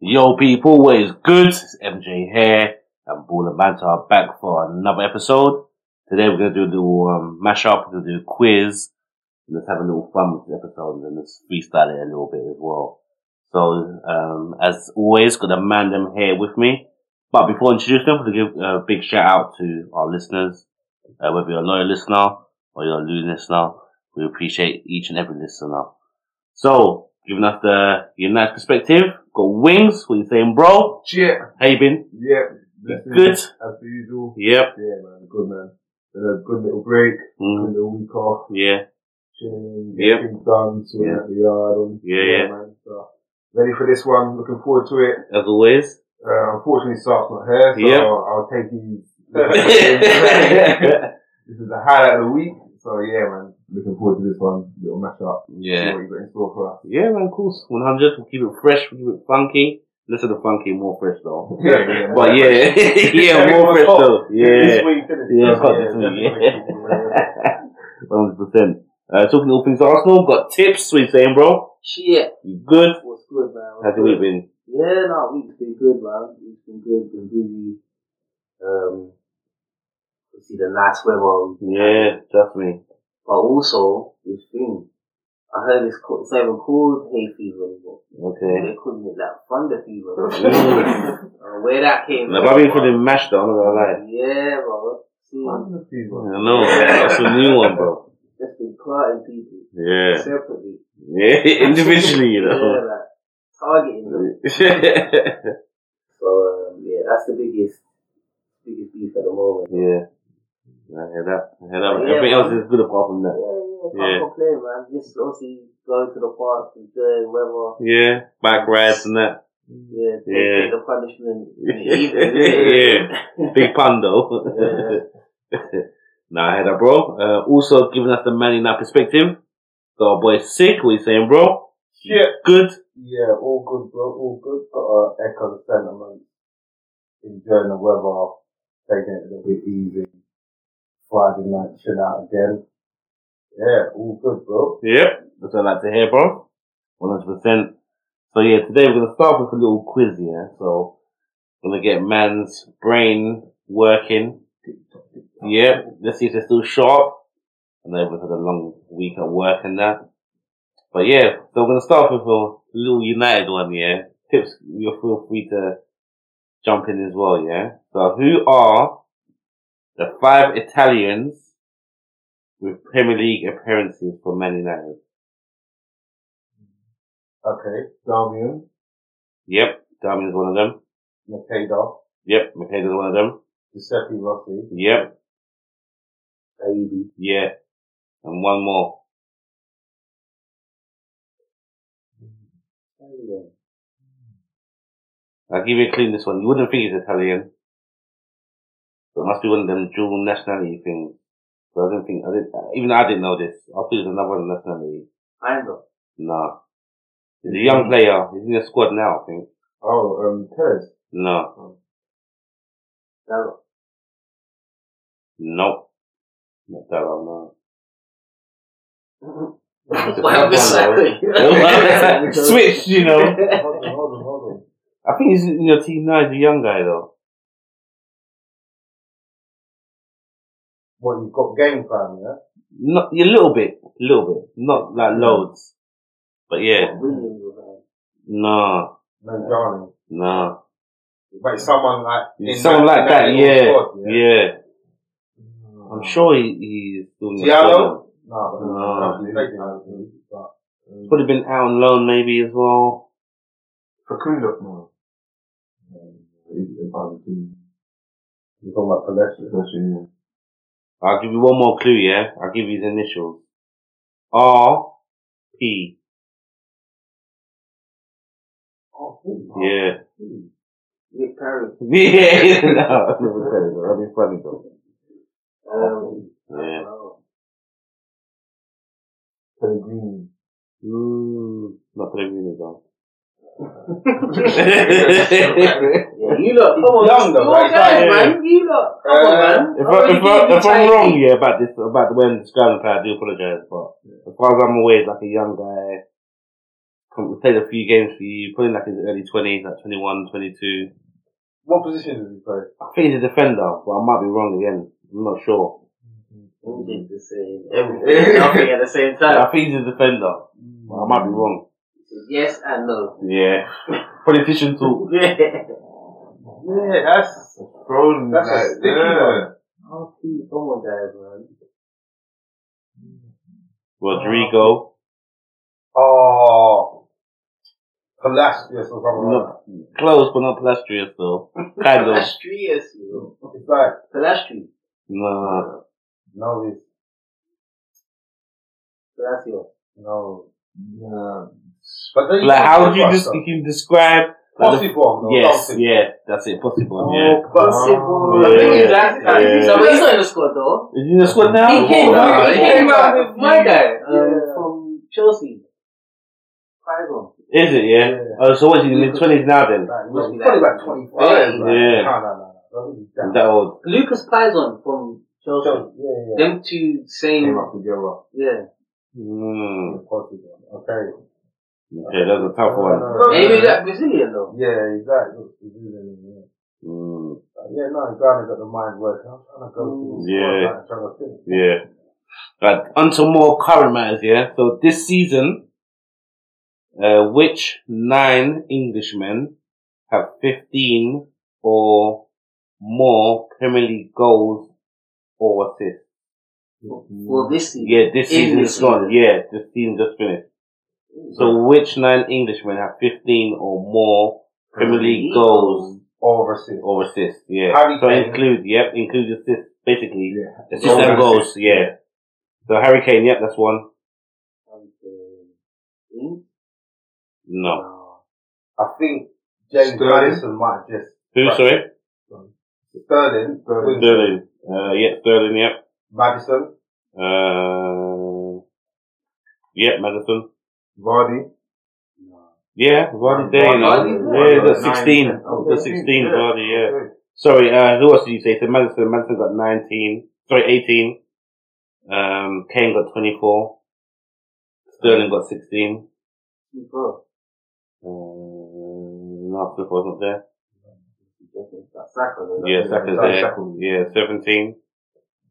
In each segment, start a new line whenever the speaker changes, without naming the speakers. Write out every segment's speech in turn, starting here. Yo, people, what is good? It's MJ here, and Ball and Manta are back for another episode. Today we're going to do a little um, mashup, we're going to do a quiz. Let's have a little fun with the episode and let's freestyle it a little bit as well. So, um, as always, got a man them here with me. But before I introduce them, I'm going to give a big shout out to our listeners. Uh, whether you're a loyal listener or you're a new listener, we appreciate each and every listener. So, giving us the United perspective, got Wings, what you saying, bro?
Yeah,
How you been?
yeah. This is
Good.
As per usual.
Yep.
Yeah, man. Good, man. Been a good little break.
Mm,
Good little week off.
yeah.
Chilling.
Yep.
Getting things done. Sorting
Yeah.
out the yard. And,
Yeah, yeah.
man. So, ready for this one. Looking forward to it.
As always.
Uh, unfortunately, Sark's not here, so
Yep.
I'll take these.
yeah.
this is the highlight of the week. So, yeah, man. Looking forward to this one. Little mashup. See what you got in store for us.
Yeah, man, of course. 100, we'll keep it fresh, we'll keep it funky. Listen to funky, more fresh though.
Yeah, yeah.
But yeah, yeah, more fresh though. Yeah.
This week, innit?
Yeah, fuck this week, yeah. Hundred percent. Uh, talking all things Arsenal, got tips. What you saying, bro?
Shit.
You good?
What's good, man? What's
How's your week
good?
been?
Yeah, no, week's been good, man. Week's been good, been busy. Um, we see the nice weather.
Yeah, trust me.
But also, this thing. I heard it's called, it's not even called hay fever anymore.
Okay.
They're calling it like thunder fever.
Mm.
Uh, where that came
Now, I've been feeling mashed though, I'm not gonna lie.
Yeah, bro. See,
I know, that's a new one, bro.
just been clotting people
Yeah.
separately.
Yeah, individually, you know.
Yeah, like, targeting them.
yeah.
So, um, yeah, that's the biggest, biggest beef at the moment.
I hear that. I hear that.
Yeah,
Everything
man.
else is good apart from
Yeah,
that.
yeah, can't
Yeah.
complain, man. Just obviously going to the park, enjoying weather,
Yeah, bike rides and that.
yeah, take,
Mm. Yeah.
take the punishment. in the evening,
yeah. Big pun though.
Yeah.
nah, I heard that, bro. Uh, also giving us the man in that perspective. Got our boy sick. What you saying, bro?
Yeah.
Good.
Yeah, all good, bro. All good. Got to echo the sentiment. Enjoying the weather, taking it a little bit easy. Friday night, chill out again. Yeah, all good, bro.
Yep. That's what I like to hear, bro. One hundred percent. So yeah, today we're gonna start with a little quiz, yeah. So gonna get man's brain working. Yep. Let's see if they're still sharp. I know we've had a long week at work and that. But yeah, so we're gonna start with a little United one, yeah. Tips, you feel free to jump in as well, yeah. So who are the five Italians with Premier League appearances for Man United?
Okay. Damian,
Yep, Damian's one of them.
Makeda,
Yep, Makeda's one of them.
Giuseppe Rossi,
Yep,
Baby.
yeah, and one more.
Yeah.
I'll give you a clue in this one. You wouldn't think he's Italian. So it must be one of them dual nationality things. So I don't think, I didn't, uh, even I didn't know this. I thought it was another nationality.
Kind of.
Nah. He's a young player. He's in the squad now, I think.
Oh, um, Perez.
No.
Never.
Nope. Not that one, no.
Why am I sorry?
Switch, you know.
Hold on, hold on, hold on.
I think he's in your team now. He's a young guy, though.
What, you've got game plan, yeah?
Not a little bit, a little bit, not like loads. But yeah,
Williams was
no,
Manjani.
no,
But someone like... in
something
that-
like
in
that.
little
yeah,
squad,
yeah, I'm sure he, he's doing the
Diallo?
job.
No, no,
No.
no, no, no, but, um,
Could have been out on loan maybe as well.
Facundo. No. Uh, You're talking about Peleshi. Peleshi,
I'll give you one more clue. Yeah, I'll give you his initials. R P.
Oh, him.
Yeah.
him.
Nick Perry.
Yeah, no, I'm never telling you. That'd be funny though.
Um,
Yeah.
oh,
Pellegrini.
Mm, not Pellegrini though.
yeah, you lot,
Come on,
you
young though,
all
right?
guys,
Yeah.
man. You lot, come
Uh,
on, man.
If,
I'm
I,
only
if, I,
giving
if I'm
you
wrong, yeah, about this, about the way I'm describing play, I do apologise, but as far as I'm aware, he's like a young guy, com- played a few games for you, probably like in the early 20s, like 21, 22.
What position did he play?
I think he's a defender, but I might be wrong again. I'm not sure.
MJ just saying everything, nothing at the same time.
I think he's a defender, but I might be wrong.
Yes and no.
Yeah. Politician talk.
Yeah, that's
Thrown
That's a
like,
sticky
yeah.
I'll see someone guys, man.
Rodrigo.
oh, Palacios or something. Like
Not close, but not Plastrius though. Kind of.
Pelastrius, you
that. It's like
know. Pelastri.
No.
no, it's
Pelacio.
no.
Yeah.
But then
Like, how would you
Possible,
just, you can describe? like, the-
Possible. or
Yes,
something.
yeah, that's it, possible, yeah.
Oh, possible.
Yeah.
I think
Yeah.
that's- So he's not in the squad though.
Is he in the squad now?
He came,
Nah,
he
he
came
came
out
back
with my guy um,
Yeah.
from Chelsea. Faisal.
Is it, yeah?
Yeah.
Oh, so what's he in mid 20s now then?
Like, no, he's probably like 25.
Yeah.
like,
Yeah.
No, no, no, no. He's
Is
down.
that old?
Lucas Faison from Chelsea.
So, yeah, yeah.
Them two same.
Came up together.
Yeah.
Mm.
Possible. Okay.
Okay, that's a tough one.
Maybe
yeah.
that Brazilian though.
Yeah, exactly. He's using it, yeah.
Mm.
Like, yeah, no, Ghana got the mind working. I'm trying to go through this
Yeah.
squad, like, trying to think.
Yeah. Right, onto more current matters, yeah? So this season, uh, which nine Englishmen have 15 or more Premier League goals or assists?
Mm.
For this season.
Yeah, this
In
season
this
is gone.
season.
Yeah, this season just finished. So which nine Englishmen have 15 or more Premier League goals
Or assist.
or assists? Yeah.
Harry
So
Kane.
include, yep, include assists, basically.
Yeah.
Assists and goals, yeah. So Harry Kane, yep, that's one.
And, uh, in-
No.
I think James
Sterling.
Madison might just
Who,
Right.
sorry?
Sterling,
Sterling.
Winston,
Sterling. Uh, yeah, Sterling, yep.
Madison,
Uh, yep, Madison.
Vardy.
Yeah, Vardy there, you
Vardy,
know.
yeah.
Yeah, that's
Nine,
16.
ten. Oh,
That's 16,
yeah.
Vardy, yeah.
Okay.
Sorry, uh, who else did you say? So Madison, Madison got 19. Sorry, 18. Um, Kane got 24. Sterling got 16.
Before.
Um, no, Clifford wasn't there.
Saka, though.
Yeah, Saka's
Sorry,
there.
Saka.
Yeah, 17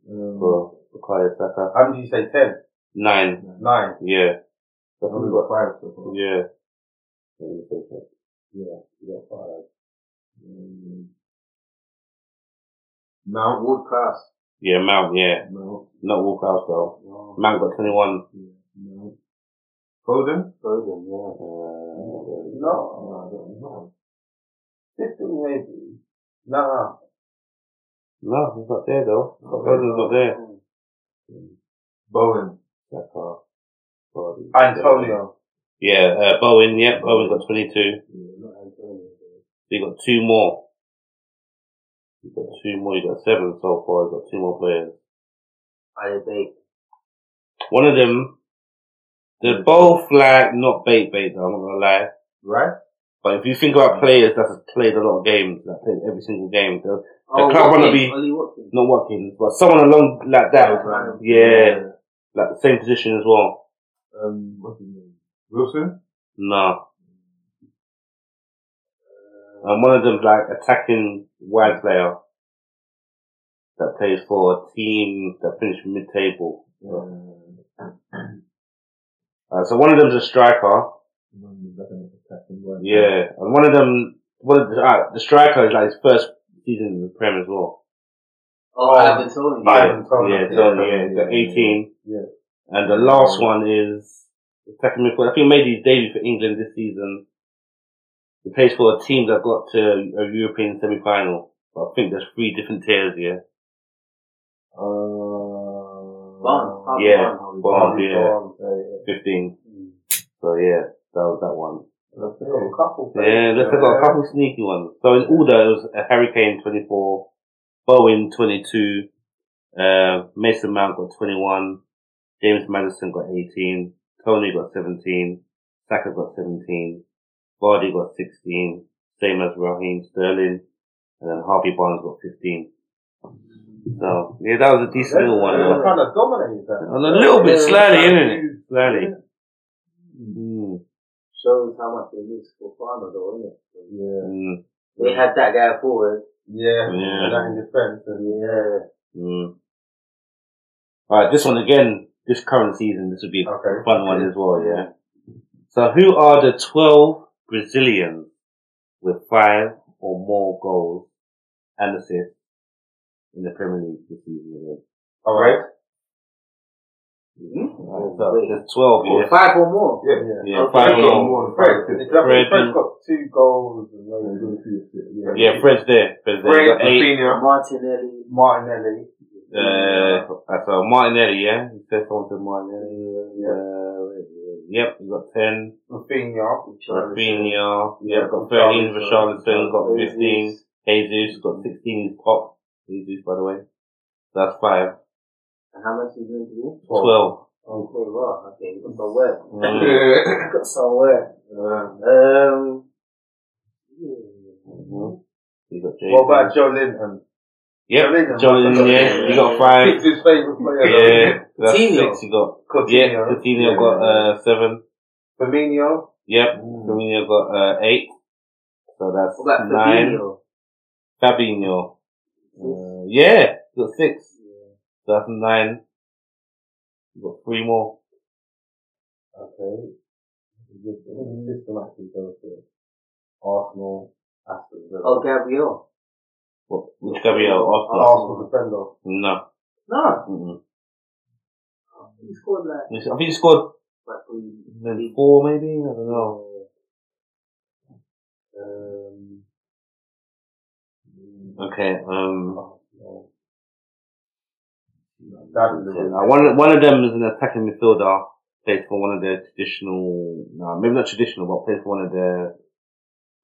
Um,
for Bukayo Saka.
How did you say 10?
9.
9.
Yeah. That's
only got five so far.
Yeah.
Um, Mount.
World class.
Yeah, Mount, yeah.
Mount.
Not Walkhouse though.
No.
Mount got 21.
Mount. Foden?
Foden, yeah.
Uh,
No,
No, I don't know.
15 maybe. Nah.
no, he's not there though. Foden's not there.
Bowen.
That's all. Foden.
Antonio.
Yeah, uh, Bowen, yeah, Bowen got 22.
Not Antonio, though.
He got two more. He got two more, he got seven so far, he got two more players.
Adebayo.
One of them, they're both like, not bait bait though, I'm not gonna lie.
Right?
But if you think about players that have played a lot of games, that played every single game, they're
Oh,
club wanna
Watkins,
be-
Ollie Watkins.
not working, but someone along like that, Yeah. like the same position as well.
Um, what's his name? Wilson?
No. And one of them's like attacking wide player that plays for a team that finished mid table.
Um,
Uh, so one of them's a striker.
one that's an attacking one.
Yeah. And one of them, one of the, uh, the striker is like his first season in the Prem as well.
Oh,
Oh,
Ivan Tony.
Ivan.
Yeah,
Tony.
yeah, Tony, yeah, he's got 18.
Yeah.
And the last one is attacking midfield. I think he made his debut for England this season. He plays for a team that got to a European semi-final. But I think there's three different tiers here.
Uh,
Barnes. Harvey
Yeah,
Barnes.
Barnes, yeah,
Um,
Yeah, yeah.
15.
Mm.
So yeah, that was that one.
That's
they've got
it.
a couple
Yeah, let's
Uh,
have got a couple sneaky ones. So in order, it was a Hurricane 24, Bowen 22, uh, Mason Mount got 21, James Madison got 18, Tony got 17, Saka got 17, Vardy got 16, same as Raheem Sterling, and then Harvey Barnes got 15. So yeah, that was a decent little one. uh,
They're
though.
kind of dominated that.
And a little bit slightly, isn't it? Slightly. Mm.
shows how much they miss Fofana though, isn't it?
Yeah.
Mm,
They had that guy forward.
Yeah.
Yeah.
That in Uh, defence and
Yeah.
mm. Alright, this one again, this current season, this would be a
Okay.
fun one as well, yeah. So who are the 12 Brazilians with five or more goals and assists in the Premier League this season again?
Alright.
Alright, so there's 12,
Or
yeah.
Oh, five or more.
Yeah. yeah.
Yeah,
Okay.
five
Fred
or
got
more.
more than Fred. It's like
Fred
Fred's
and-
got two goals and no
Yeah,
good.
good to see it, yeah.
Yeah, Fred's there. Fred's there.
Fred,
He's got eight.
Rafinha,
Martinelli.
Martinelli.
Uh, so Martinelli, yeah? He said something to Martinelli. Uh, yep, we got 10.
Rafinha.
Rafinha.
Yeah,
Yeah, got
got
13.
Richarlison,
Richarlison got 15.
Jesus.
Jesus got 16. He's pop. Jesus, by the way. That's 5.
And how much is going to be?
12.
Okay, well, okay, you got somewhere.
Mm.
You got somewhere.
Uh,
Um, yeah.
Mhm. You got Jesus.
what about Joe Linton?
Yep,
Jolinton?
Jolinton, yeah. You got 5.
It's his favourite player.
Yeah, that's
Coutinho.
6 you got. Yeah,
Coutinho.
Coutinho got uh, Mm. 7.
Firmino.
Yep, Firmino got uh, 8. So that's
What about
9.
Fabinho?
Fabinho. Uh, yeah, you got six. So that's nine. You got three more.
Okay. Just systematically go for it. Arsenal. Aston Villa.
Oh, Gabriel.
What, which Gabriel? Oh, Arsenal?
Arsenal defender.
No.
No,
Mm-mm.
he scored like,
I think he scored
like three.
maybe four, maybe? I don't know.
Um,
Okay, um.
Arsenal.
Uh, one, of- one of them is an attacking midfielder, plays for one of their traditional, no, maybe not traditional, but plays for one of their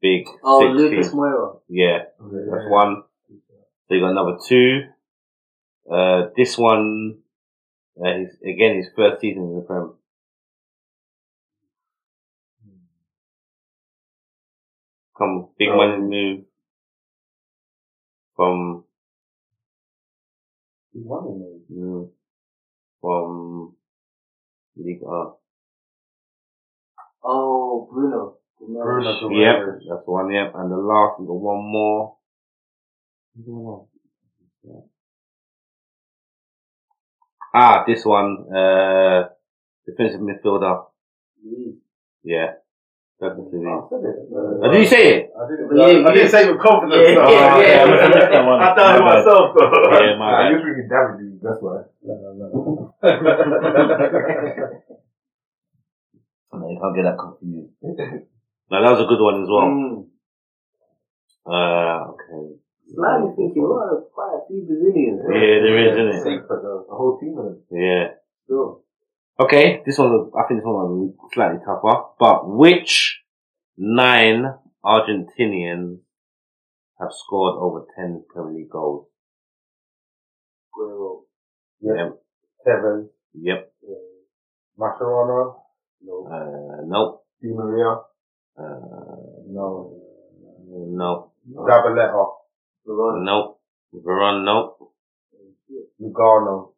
big
Oh,
six
Lucas
teams.
Moura.
Yeah, that's one. So you got another two. Uh, this one, uh, his, again, his first season in the Prem. Come, big
Oh.
money move from
He's running mate.
mm, from League R.
Oh, Bruno. Bruno.
Bruno
Yep,
Guerrero.
that's one. Yep, and the last we got one more. Ah, this one, uh, defensive midfielder.
Luis.
Yeah, definitely.
I said it. uh,
Oh, did you say it? Oh,
I didn't,
Yeah,
I
yeah.
didn't say with confidence.
Yeah,
though.
yeah, yeah. I missed
that one.
I done it
My bad.
myself. Though.
Yeah, my
Nah,
bad.
you're drinking David Lee, that's why.
No, no, no.
No, you can't get that confused. no, that was a good one as well.
Mm.
Uh, okay.
Slightly thinking, well, quite a few Brazilians.
Yeah, there is, isn't it?
Secret though.
The whole team of them.
Yeah.
Sure.
Okay, this one, I think this one was slightly tougher, but which nine Argentinians have scored over 10 Premier League goals?
Guerrero.
Yep.
Kevin,
Yep.
Mascherano,
No.
Uh, nope.
Di Maria.
Uh,
No.
nope.
Zabaleta,
Verona.
Nope. Veron, nope.
Lugano,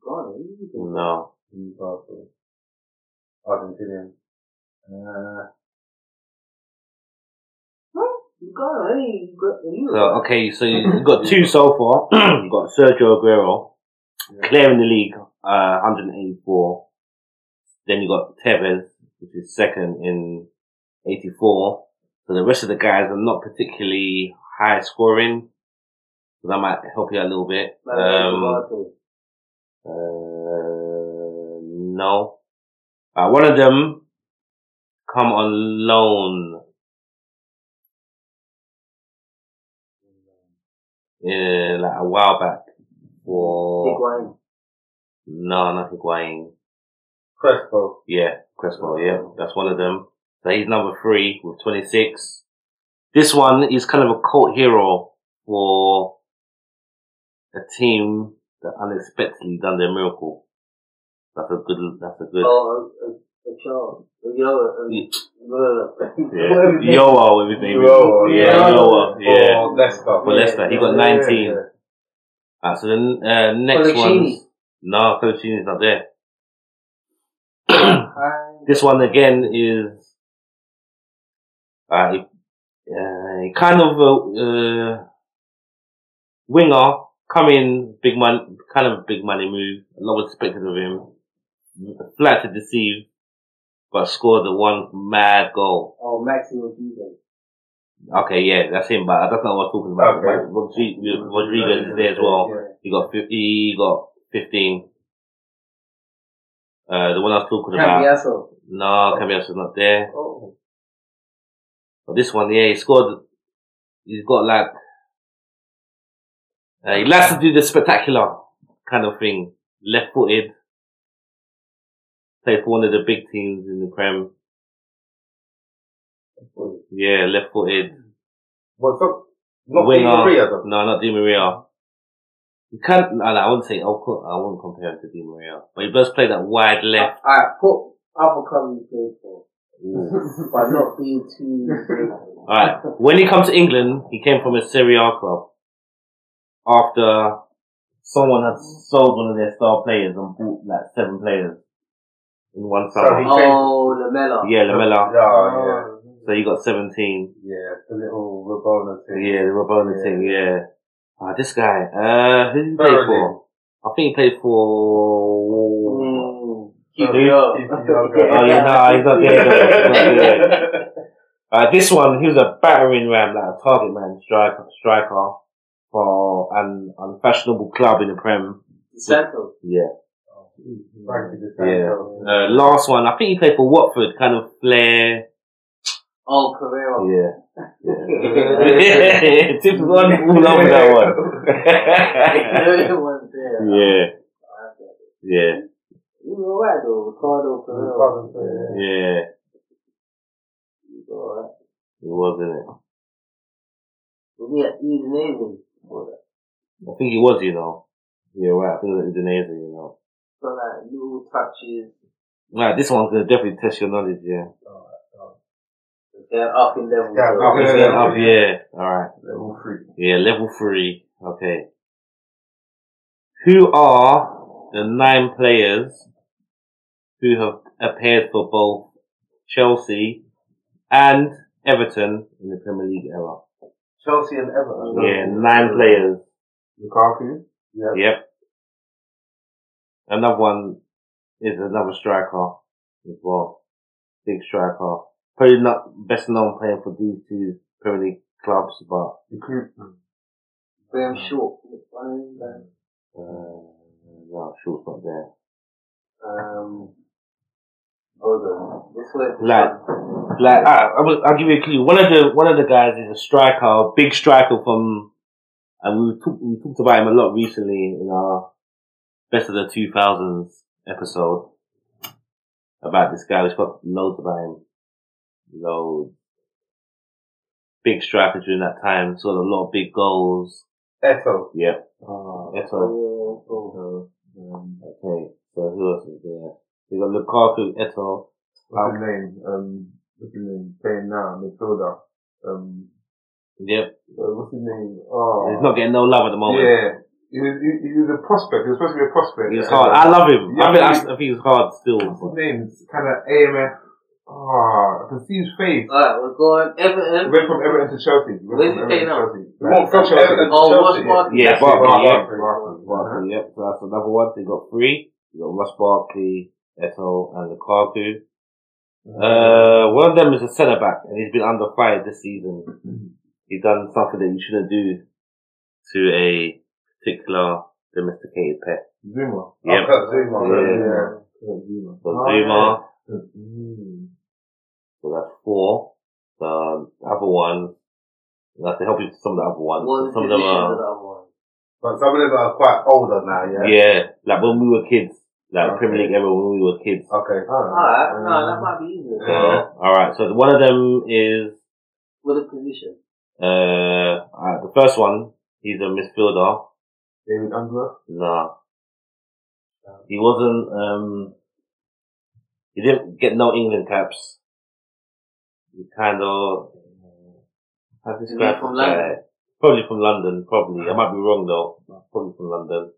Gone. Who you think?
No.
Newcastle, Argentinian. Uh,
You gone. Hey, you got- you
So, okay, so you've got two so far. you've got Sergio Aguero, clearing the league, uh, 184. Then you got Tevez, which is second in 84. So the rest of the guys are not particularly high scoring. So that might help you a little bit. Um,
Mbappe.
uh, no. Uh, one of them come on loan. Uh, like a while back. Or
Higuain.
no, not Higuain.
Crespo,
Yeah, Crespo. Yeah, that's one of them. So he's number three with 26. This one is kind of a cult hero for a team that unexpectedly done their miracle. That's a good. That's a good.
Oh, a, a, a child. A yo, a,
Yeah.
yeah.
Yeah. Yoa with his name. is.
Yoa, Oh.
Yeah,
yeah.
Yoa. Yeah.
or Leicester.
For Leicester, he got
Yeah,
19.
yeah.
Ah, so the uh, next
Colaccini.
one's no, Colaccini's not there. this one again is Uh, he, uh, he kind of uh, uh, winger coming big money, kind of big money move. A lot was expected of him. Flat to deceive, but scored the one mad goal.
Oh, Maximo Rodriguez.
Okay, yeah, that's him. But that's not what I'm talking about.
Okay.
Rodri- Rodriguez is there as well.
Yeah.
He got 50, he got 15. Uh, the one I was talking about.
Cambiaso.
No, Cambias is not there.
Oh.
But this one, yeah, he scored. He's got like, uh, he likes to do the spectacular kind of thing. Left footed. Played for one of the big teams in the Prem. Yeah, left footed.
What's up? Not
Winger.
Di Maria, though.
No, not Di Maria. You can't, no, no, I wouldn't say, I'll co- I wouldn't compare him to Di Maria. But he does play that wide left.
Alright, put Alpha Covey played for.
Ooh.
By not being too
Alright, when he comes to England, he came from a Serie A club. After someone had sold one of their star players and bought like seven players in one summer.
Sorry.
Oh, Lamella.
Yeah, Lamella.
Oh,
So you got 17.
yeah. Yeah, the little Rabona
Yeah,
thing.
the Rabona
Yeah.
thing, yeah. Ah, this guy, uh, who did he play
Sterling.
for? I think he played for...
Mm.
Keep
it
up.
Keep it up, guys.
Oh, yeah, no, he's not there. though. He's not there. Uh, this one, he was a battering ram, like a target man, striker, striker for an unfashionable club in the Prem.
Santos.
Yeah.
Frankie De
Yeah.
Santo.
Uh, last one, I think he played for Watford, kind of flair.
Oh, Carrero.
Yeah. yeah. Tips was on all over that one.
Everyone's there.
yeah, yeah,
He was alright though. Ricardo Carrero.
Ricardo Ferrero.
yeah.
He was alright.
It was, not it?
Was he at Udinese?
I think it was, you know. Yeah, right. I think it was Indonesia, you know.
So like little touches.
Right, this one's gonna definitely test your knowledge, yeah.
They're up in level.
Yeah,
though.
up in
Okay,
level.
up, yeah. Alright.
Level three.
Yeah, level three. Okay. Who are the nine players who have appeared for both Chelsea and Everton in the Premier League era?
Chelsea and Everton.
Yeah, nine players.
Lukaku. Yeah.
Yep. Another one is another striker as well. Big striker. Probably not best known player for these two Premier League clubs, but
Recruitment.
Graham Short. Um,
uh, no, Shaw's not there.
Um, hold on. This way.
Like, like I, I will, I'll give you a clue. One of the one of the guys is a striker, a big striker from, and we talked we talked about him a lot recently in our best of the two thousands episode about this guy. We spoke loads about him, loads. Big striker during that time, scored a lot of big goals.
Eto.
Yeah,
Uh,
that's all.
Oh, yeah, cool.
also, um,
Okay, so who else is there? We got Lukaku, Eto.
what's his name? Um, what's his name? Playing now, midfielder. Um,
Yep,
uh, what's his name? Oh,
he's not getting no love at the moment.
Yeah, he was, he, he was a prospect. He was supposed to be a prospect.
He's hard. I love him.
Yeah,
I, think, I,
he-
I think he's hard still.
What's his
but-
name? It's kind of AMF. Ah, I can see his face.
Alright, we're going
He
Everton.
went from Everton to Chelsea. He
Where's
went from
he playing
Everton to Chelsea. He went from
now?
Oh,
Chelsea.
Everton.
Oh,
Chelsea,
what's
yeah.
Barkley?
Yeah,
That's it,
Barkley,
Barkley,
yeah.
Barkley, Barkley.
Barkley, yep. um, So that's another one. They got three. You got Ross Barkley, Eto, and Lukaku. Uh, one of them is a centre back, and he's been under fire
Mm-hmm.
this season. He's done something that you shouldn't do to a particular domesticated pet.
Zuma.
Yep.
Oh, Kurt Zuma.
Yeah.
Kurt Zuma.
So
Oh,
Zuma,
yeah. Mm.
so that's four. The other one, I have to help you with some of the other ones.
What was the
some of them uh,
position
are.
of that one?
But some of them are quite older now, yeah?
Yeah, like when we were kids, like
Okay.
Premier League era when we were kids.
Okay.
Oh,
Alright,
Mm.
no, that
um,
might be easier.
So, all right. So one of them is
What a position.
uh, uh the first one. He's a midfielder.
David Angler.
Nah, he wasn't. Um, he didn't get no England caps. He kind of. How to
Is he
describe
from
this guy?
London?
Probably from London. Probably. I might be wrong though. Probably from London.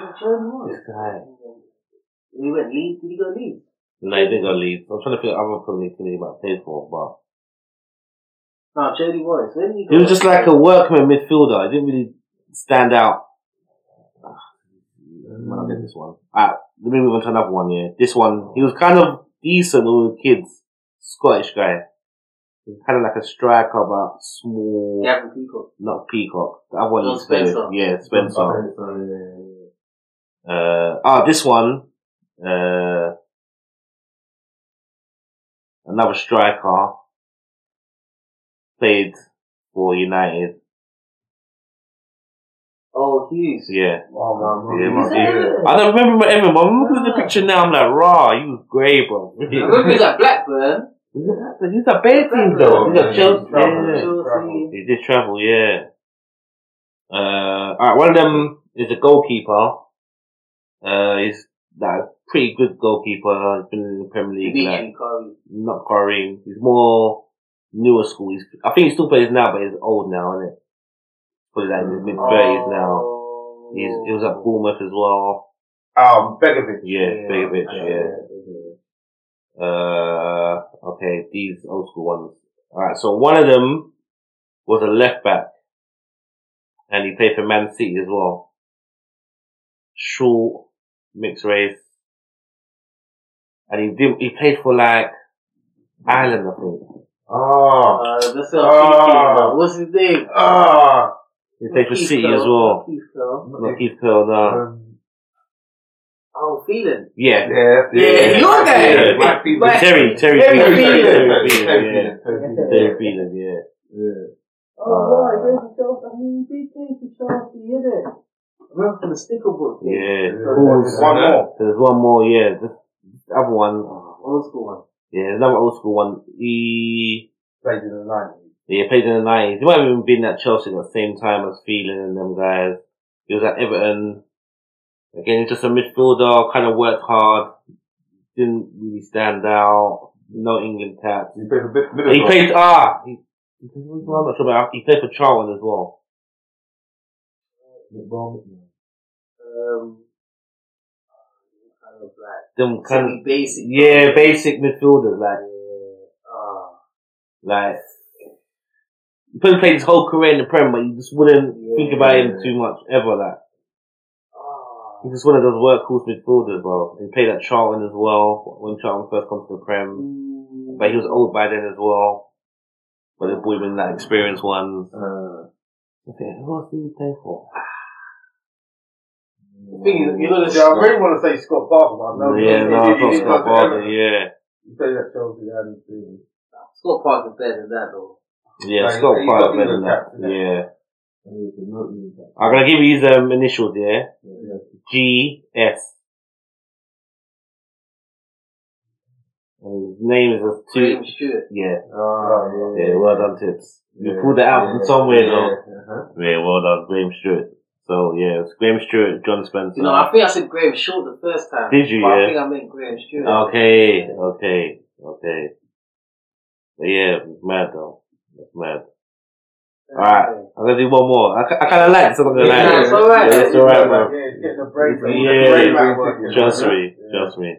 Which one was?
This guy.
We went Leeds. Did he go Leeds?
No, he didn't go Leeds. I'm trying to think of other Premier League team he might have played for, but
No, Jody Wallace. When he
He was just like a workman midfielder. He didn't really stand out. Might not get this one. Alright, let me move on to another one here. This one, he was kind of decent with the kids. Scottish guy. He was kind of like a striker, but small.
Gavin Peacock.
Not Peacock. The other one
Oh,
he was playing with.
Spencer.
Yeah, Spencer.
Okay, so, yeah, yeah, yeah.
Uh, ah, this one. Uh, another striker. Played for United.
Oh, Hughes.
Yeah.
Oh, man.
Yeah,
Is
man.
that-
I don't remember everyone. but I'm looking at the picture now. I'm like, raw, you was grey, bro.
I remember he's at Blackburn.
He's a bad team though.
Oh,
He's a
yeah,
Chelsea.
he's
Yeah.
travelling.
Chelsea.
He did travel, yeah. Uh, alright, one of them is a goalkeeper. Uh, he's like a pretty good goalkeeper. He's been in the Premier
He
League.
beat
Like,
you, Curry.
not Karim. He's more newer school. He's, I think he still plays now, but he's old now, isn't it? Probably like in his mid thirties now.
Oh.
He's, he was at Bournemouth as well.
Um, Begovic.
Yeah, big bitch,
I know,
yeah.
yeah.
Uh, okay, these old school ones. Alright, so one of them was a left back. And he played for Man City as well. Short, mixed race. And he did, he played for like Ireland, I think.
Ah,
Uh, that's what I'm thinking
ah,
about. What's his name?
ah.
He played for
Keith
City
Curl.
as well.
Keith Curl.
Not Keith Curl, no.
Um,
Oh, Phelan.
Yeah.
yeah,
Yeah, your guy.
Yeah.
Black people.
Black-
Terry, Terry,
Terry
Phelan, Terry Phelan,
Phelan.
yeah.
Yeah.
Terry Phelan, yeah.
Yeah.
Oh, right, he played for Chelsea. I mean, he did play for Chelsea, innit? Remember from the sticker book? thing?
Yeah.
One more.
There's one more, yeah. The the other one,
Oh, Old school one.
Yeah, another old school one. He,
Played in the 90s.
yeah, he played in the nineties. He might have even been at Chelsea at the same time as Phelan and them guys. He was at Everton. Again, he's just a midfielder, kind of worked hard, didn't really stand out, no England caps.
You played a bit. bit of
He
a-
played, ah, he, he played- I'm not sure about, he played for Charlton as well.
Um, kind of like,
Them kind of,
semi basic.
yeah, basic midfielders, like,
Ah,
like, he probably played his whole career in the Prem, but you just wouldn't think about him too much ever, like.
ah.
He's just one of those workhorse midfielders, bro. He played at Charlton as well when Charlton first come to the Prem,
Mm.
but he was old by then as well. But the boy been that experienced ones.
Uh,
Okay, who else did he play for?
The thing is, you know the
Yeah, I really want to say Scott Barker, but I know
yeah, no, I thought Scott Barker. Yeah,
You say that Chelsea and City.
Scott Parker's better than that though.
yeah,
Like,
Scott
he's got
Barker better than that.
England caps, isn't he?
Yeah,
I need to note you that.
I'm gonna give you his um, initials. Yeah,
Yeah.
G S. And his name is a two.
Graham Stewart.
Yeah,
Ah,
yeah. Well done, tips. You
Yeah,
pulled that out from
yeah,
somewhere though.
yeah, uh-huh.
Yeah, well done, Graham Stewart. So yeah, it's Graham Stewart, John Spencer.
You know, I think I said Graham Short the first time.
Did you,
But
yeah?
I think I meant Graham Stewart.
okay, okay, okay. But yeah, it's mad though. It's mad. Alright. I'm gonna do one more. I, kind of like something
Yeah,
like
it's alright.
Yeah, it's alright, man.
Yeah, it's getting the brain
Yeah,
brain back working.
Trust me, trust me.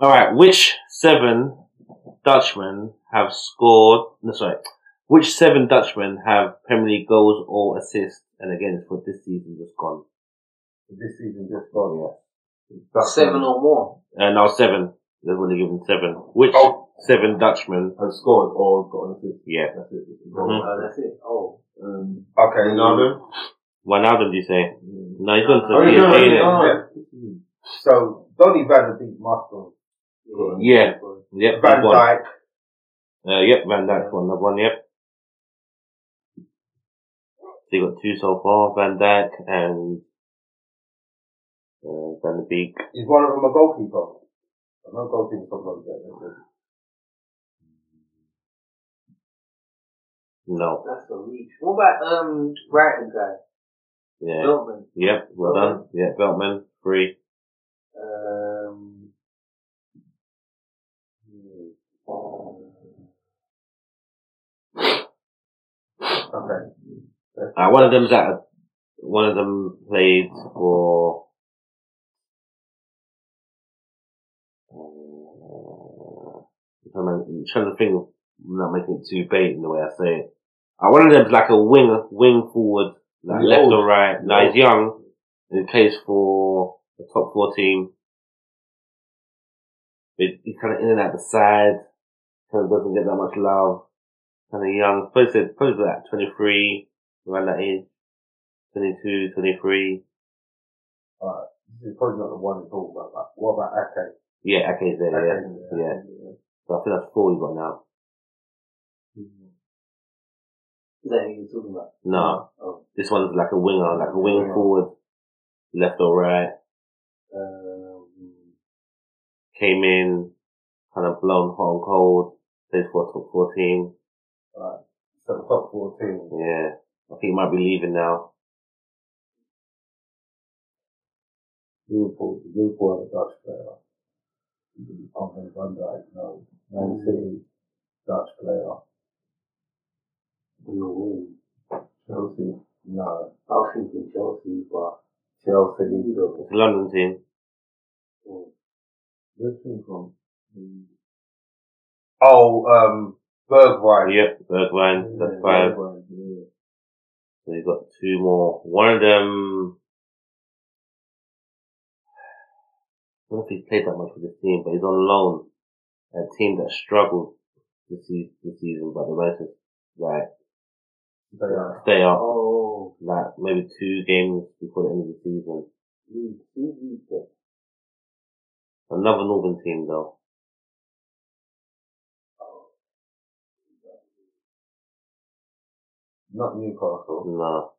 Alright, which seven Dutchmen have scored, no sorry, which seven Dutchmen have Premier League goals or assists and again for this season just gone?
This season just gone, yeah.
That's
Seven
it.
or more.
Uh, now seven. They've only given seven. Which
Oh.
seven Dutchmen?
I've scored or got an assist.
Yeah.
That's it. It's a
Mhm.
goal.
Oh, that's it. Oh.
Um,
Okay,
Ronaldo.
One out of you say?
Mm.
yeah.
No, he's gone to
Oh,
PSG.
he's
gone to
innit?
PSG. So, Donny Van de Beek must go.
Yeah. Yep,
Van
that's one.
Dijk.
Uh, yep, Van Dijk's one. That one, yep. So you got two so far, Van Dijk and uh, Van de Beek.
Is one of them a goalkeeper? I know goalkeepers sometimes get this.
No.
That's a reach. What about, um, Brighton guy?
Yeah.
Dortmund.
Yep, well done. Yeah, Beltman, three.
Um, hmm.
Okay.
Uh, one of them's at, one of them played for, um, uh, I'm trying to think of not making it too bait in the way I say it. Uh, one of them's like a wing, wing forward, like
He's
left
old.
or right. Now he's young and he plays for a top four team. He- He's kind of in and out the side, kind of doesn't get that much love. Kind of young, probably said- probably like 23, around that age, 22, 23.
It's probably not the one at all, but like, what about Ake?
Yeah, okay, there, yeah.
Ake,
Yeah. So I think that's four we've got now.
Is that who you're talking about?
No.
Oh.
This one's like a winger, like a wing
Winger.
forward, left or right.
Um,
Came in, kind of blown hot and cold. Plays for a top four team.
So the top four team.
Yeah. I think he might be leaving now.
Liverpool, Liverpool have a Dutch player. Armin van Dijk, no.
Mm.
Man City, Dutch player.
we were winning.
Chelsea, no.
I was thinking Chelsea, but
Chelsea,
It's a London team.
Where's he from? Um,
oh, um, Bergwijn.
Yep, Bergwijn. That's five.
Uruguay, yeah.
So you've got two more. One of them. I don't know if he's played that much for this team, but he's on loan. A team that struggled this season, this season but they managed to like
They are.
stay up.
Oh,
like maybe two games before the end of the season.
Leeds, who Leeds then?
Another Northern team though.
Not Newcastle.
No.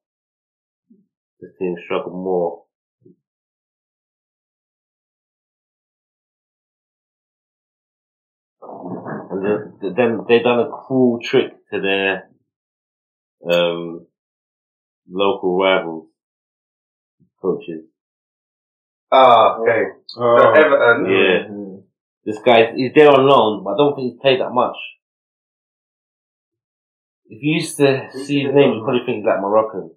This team struggled more. And then, then they done a cruel trick to their um, local rivals coaches.
Ah, okay. So
Oh,
Everton.
Yeah.
yeah.
This guy, he's there on loan, but I don't think he's played that much. If you used to see his name, you probably think he's like Moroccan.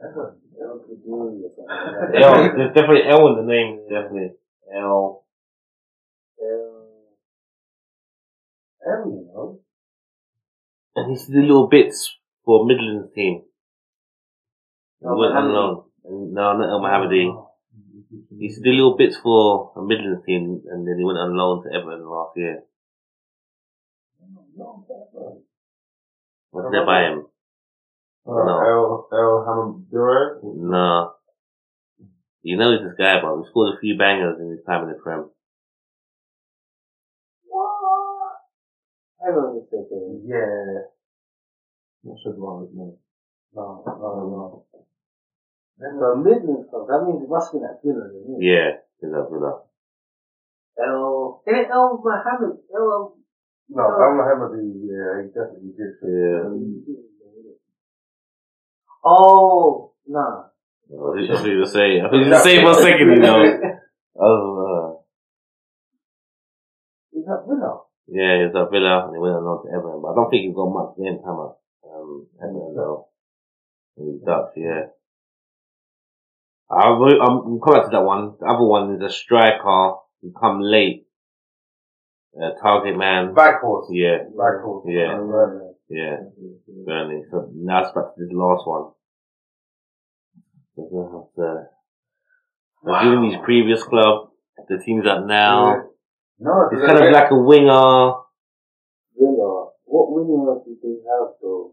Everton, Everton doing or something.
L, there's definitely L in the name, definitely. L.
Um, you know.
And he's the little bits for Midlands team. He went on loan. And- No, not El Mohammedi. He used to do little bits for a Midlands team, and then he went on loan to Everton last year. Was there by him?
Uh,
No.
El El Hamdura.
No. You know he's this guy, but he scored a few bangers in his time in the Prem.
What? I don't understand.
Yeah.
Not sure about his name.
No, no, no.
Then the Midlands club, that means it must be that Villa, isn't it?
Yeah, he's up with that.
El, El, El Mohammed, El,
No, El Mohammedi, yeah, he definitely did.
Yeah.
Oh, nah.
Oh, he- That's what you were saying. I was just saying for a second, you know. I was, uh,
Is that Villa?
yeah, he's at Villa and he went on to Everton, but I don't think he's got much game time at um, Everton though. He's Dutch, yeah. I re- I'm I'm coming back to that one. The other one is a striker who come late. Uh, target man.
Backhorse.
Yeah,
Backhorse.
Yeah.
Um,
yeah, Burnley. So now it's back to this last one. We're gonna have to. We're doing his previous club, the teams that now.
No,
He's kind of like a winger.
Villa. What winner did they have though?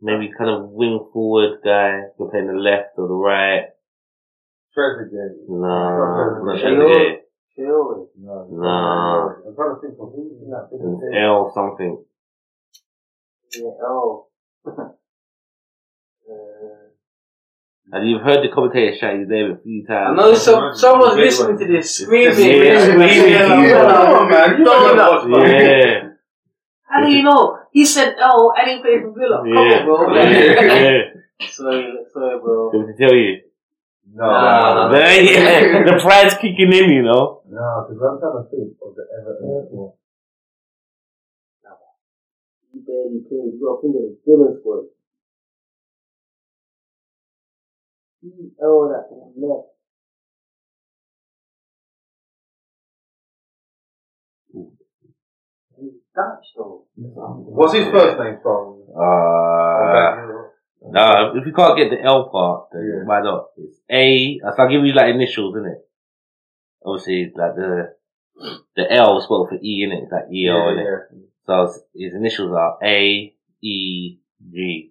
maybe kind of wing forward guy, can play on the left or the right.
Trezeguet.
No, not
Sure.
Trezeguet.
Surely.
No.
No.
I'm trying to think of who's in that big
It's
team.
L something.
Yeah, oh. uh,
And you've heard the commentator shout his name a few
I
times.
know some, someone's listening to this screaming.
Yeah, screaming.
Come on, "Oh, man. You don't know.
Yeah,
How do you know? He said, oh, I didn't play for Villa. Come on, bro.
yeah, yeah. yeah.
sorry, sorry, bro.
Did he tell you?
No,
Nah,
no,
nah.
Yeah, the pride's kicking in, you know.
no, because I'm trying to think of the Everton squad.
You barely played. You got to think of the Villa squad.
Oh, that's one left. He's Dutch though.
What's his first name, Charles?
Uh, no, if you can't get the L part, then
Yeah.
why not? It's A. So I'll give you like initials, innit? Obviously, like the the L is spelled for E, innit? It's like E L, innit? So it's- his initials are A E G.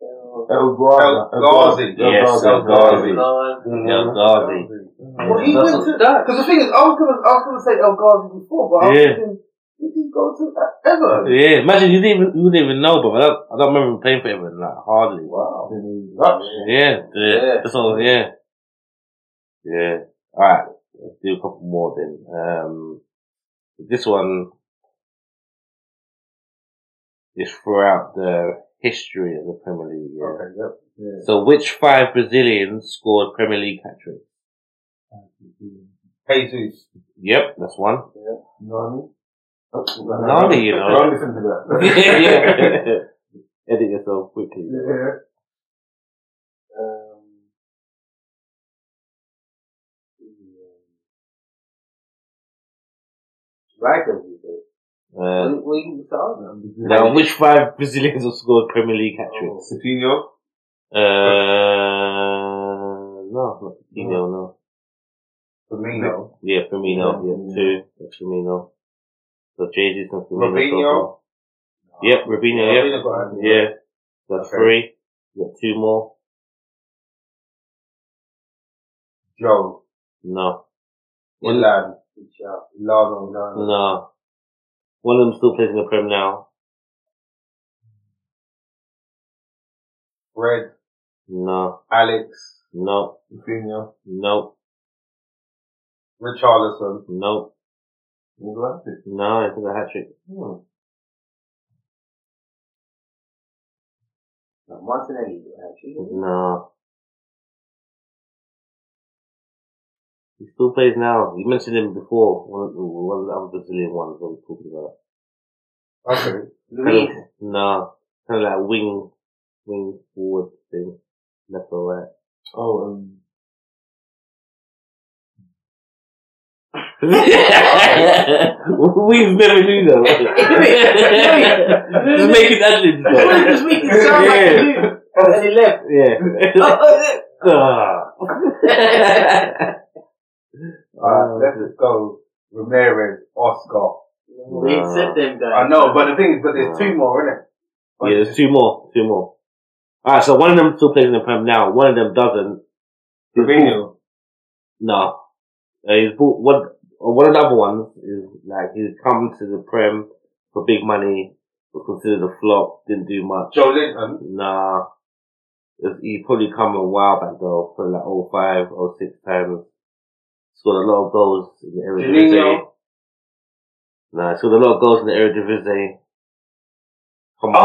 So,
El Ghazi.
Ghazi. Mm-hmm.
Yes, El Ghazi.
Gone.
El Ghazi.
Well, he
Yeah.
went to because the thing is, I was gonna, I was gonna say El Ghazi before, but I was
Yeah.
thinking, did he go to uh, Everton?
Yeah, imagine you didn't even, you didn't even know, but I don't, I don't remember him playing for Everton, like hardly.
Wow.
Yeah, yeah,
Yeah.
that's all, yeah. Yeah. Alright, let's do a couple more then. Um, this one is throughout the history of the Premier League. Yeah.
Okay, yep.
So which five Brazilians scored Premier League hat tricks?
Jesus.
Yep, that's one.
Nani?
Nani, you know.
Don't listen to that.
yeah. Edit yourself quickly.
yeah.
Um, right of you, babe.
Uh,
What what you thought?
now, which five Brazilians have scored Premier League hat tricks?
Coutinho.
Uh, no, not Coutinho, no.
Firmino.
Yeah, Firmino, yeah, two. That's Firmino. So Jesus and Firmino. So
Robinho?
far. Yep, Robinho, yep.
Firmino got it.
Yeah, that's
Okay.
three. You got two more?
Joe.
No,
Milan.
Good job.
Lano. Lano.
no. One of them still plays in the Prem now.
Fred.
No,
Alex.
no,
Coutinho.
no,
Richarlison.
no,
England.
no, it's a hat trick.
Hmm.
Now, Martinelli, actually.
No. He still plays now. You mentioned him before, one of the, one of the other Brazilian ones that we're talking about.
Okay.
Luis.
No. Kind of like wing, wing forward thing. Left or right.
Oh, um,
Wings never do that. Just making that
Just
shit.
make it sound like
Yeah.
a dude. And he left.
Yeah.
Oh,
Ah.
Alright, let's just go. Ramirez. Oscar.
No. We ain't said them guys.
I know, but the thing is, but there's
Uh,
two more, innit? But
Yeah, there's two more. Two more. Alright, so one of them still plays in the Prem now. One of them doesn't. He's bought-
Fabinho.
No. Uh, he's bought, one, uh, one of the other ones is like, he's come to the Prem for big money, was considered a flop, didn't do much.
Joe Linton.
Nah. It's- He probably come a while back though, for like 05, 06 times. Scored a lot of goals in the Eredivisie.
Juninho.
Nah, scored a lot of goals in the Eredivisie. Come on.
Oh,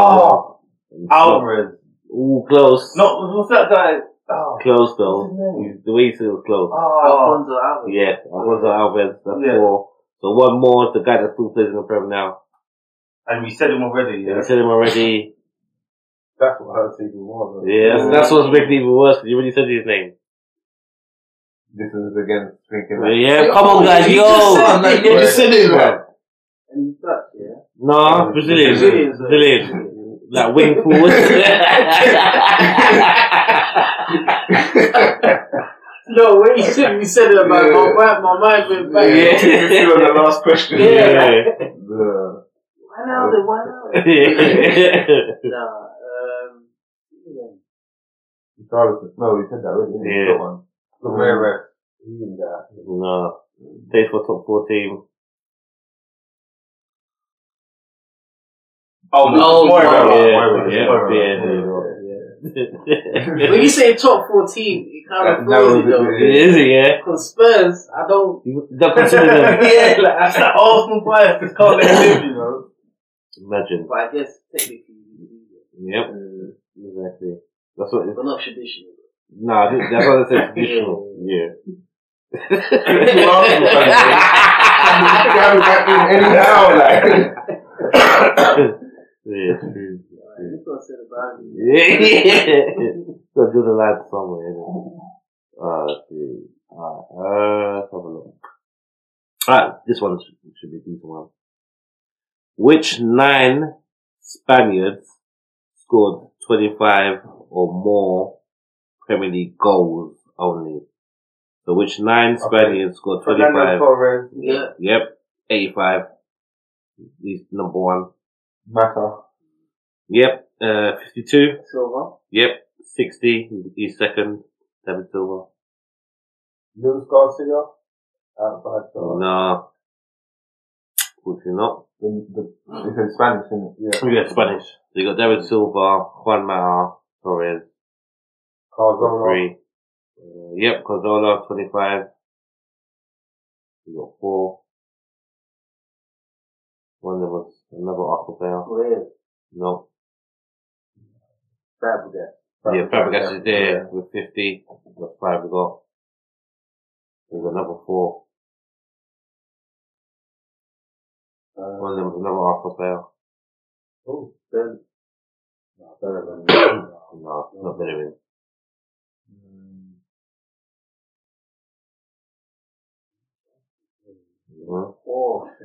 Alvarez.
Ooh, close.
No, what's that guy? Oh,
Close
What's
though.
his name?
You- The way you said it was close.
oh,
Alfonso Alves.
Yeah, Alfonso Alves, that's
Yeah.
four. So one more is the guy that still plays in the Prem now.
and we said him already,
Yeah.
yeah.
You said him already.
That's what her season was. huh?
Yeah, that's, that's what's making it even worse 'cause you already said his name.
this is again thinking
Yeah,
that.
come on guys,
You
yo!
just said
I'm like,
it,
you just said it, man.
And he's Dutch, yeah?
Nah, Brazilian.
Brazilian, so-
Brazilian. Like wing forward.
No, when you said you said it, my, my, my, my mind went back.
Yeah.
you on the last question.
yeah.
The,
Why now? then? Why now?
yeah.
Nah, um, yeah.
Charles, no, you said that already. didn't you?
Yeah.
That one.
Guerrero. He didn't get out.
Nah. Plays for top four team.
Oh,
Oh,
Moira.
yeah,
Moira,
yeah,
Moira.
yeah, there you go.
When you say top 14, it kind
That-
of
that
throws me
was
though.
it,
Is it, yeah?
Because Spurs, I don't.
That consider them.
yeah, like, that's that Arsenal bias just can't let it live, you know.
Imagine.
But I guess technically, you do it.
Yep. Exactly. That's what. It,
but not traditional.
nah, I think that's what I said. Traditional. Yeah.
Guy was acting anyhow, like.
yeah. true.
You've got to set a boundary.
so do the line somewhere. innit? Uh, dude. Alright, uh, let's have a look. Alright, this one should, should be a decent one. Which nine Spaniards scored 25 or more Premier League goals only? So which nine Spaniards scored 25?
Fernando Torres,
Yeah.
Yep, 85. He's number one.
Mata,
Yep, uh, 52.
Silver.
Yep, 60. He's second. Devin Silva.
Luis Garcia, outside Torres.
No. Unfortunately not.
The, the, it's in Spanish, isn't it?
We got Oh, Spanish. So you got David Silva, Juan Mata, Torres,
Carzola,
three. Uh, yep, Cazorla, 25. You got four. One that was another Arsenal player.
Oh,
Where is
No.
Fabregas?
yeah, Fabregas is there with 50. That's five we got. We got another four.
Uh,
One of them was another Arsenal player.
then
No, better than that.
No, not Benjamin.
Mm.
Mhm.
four.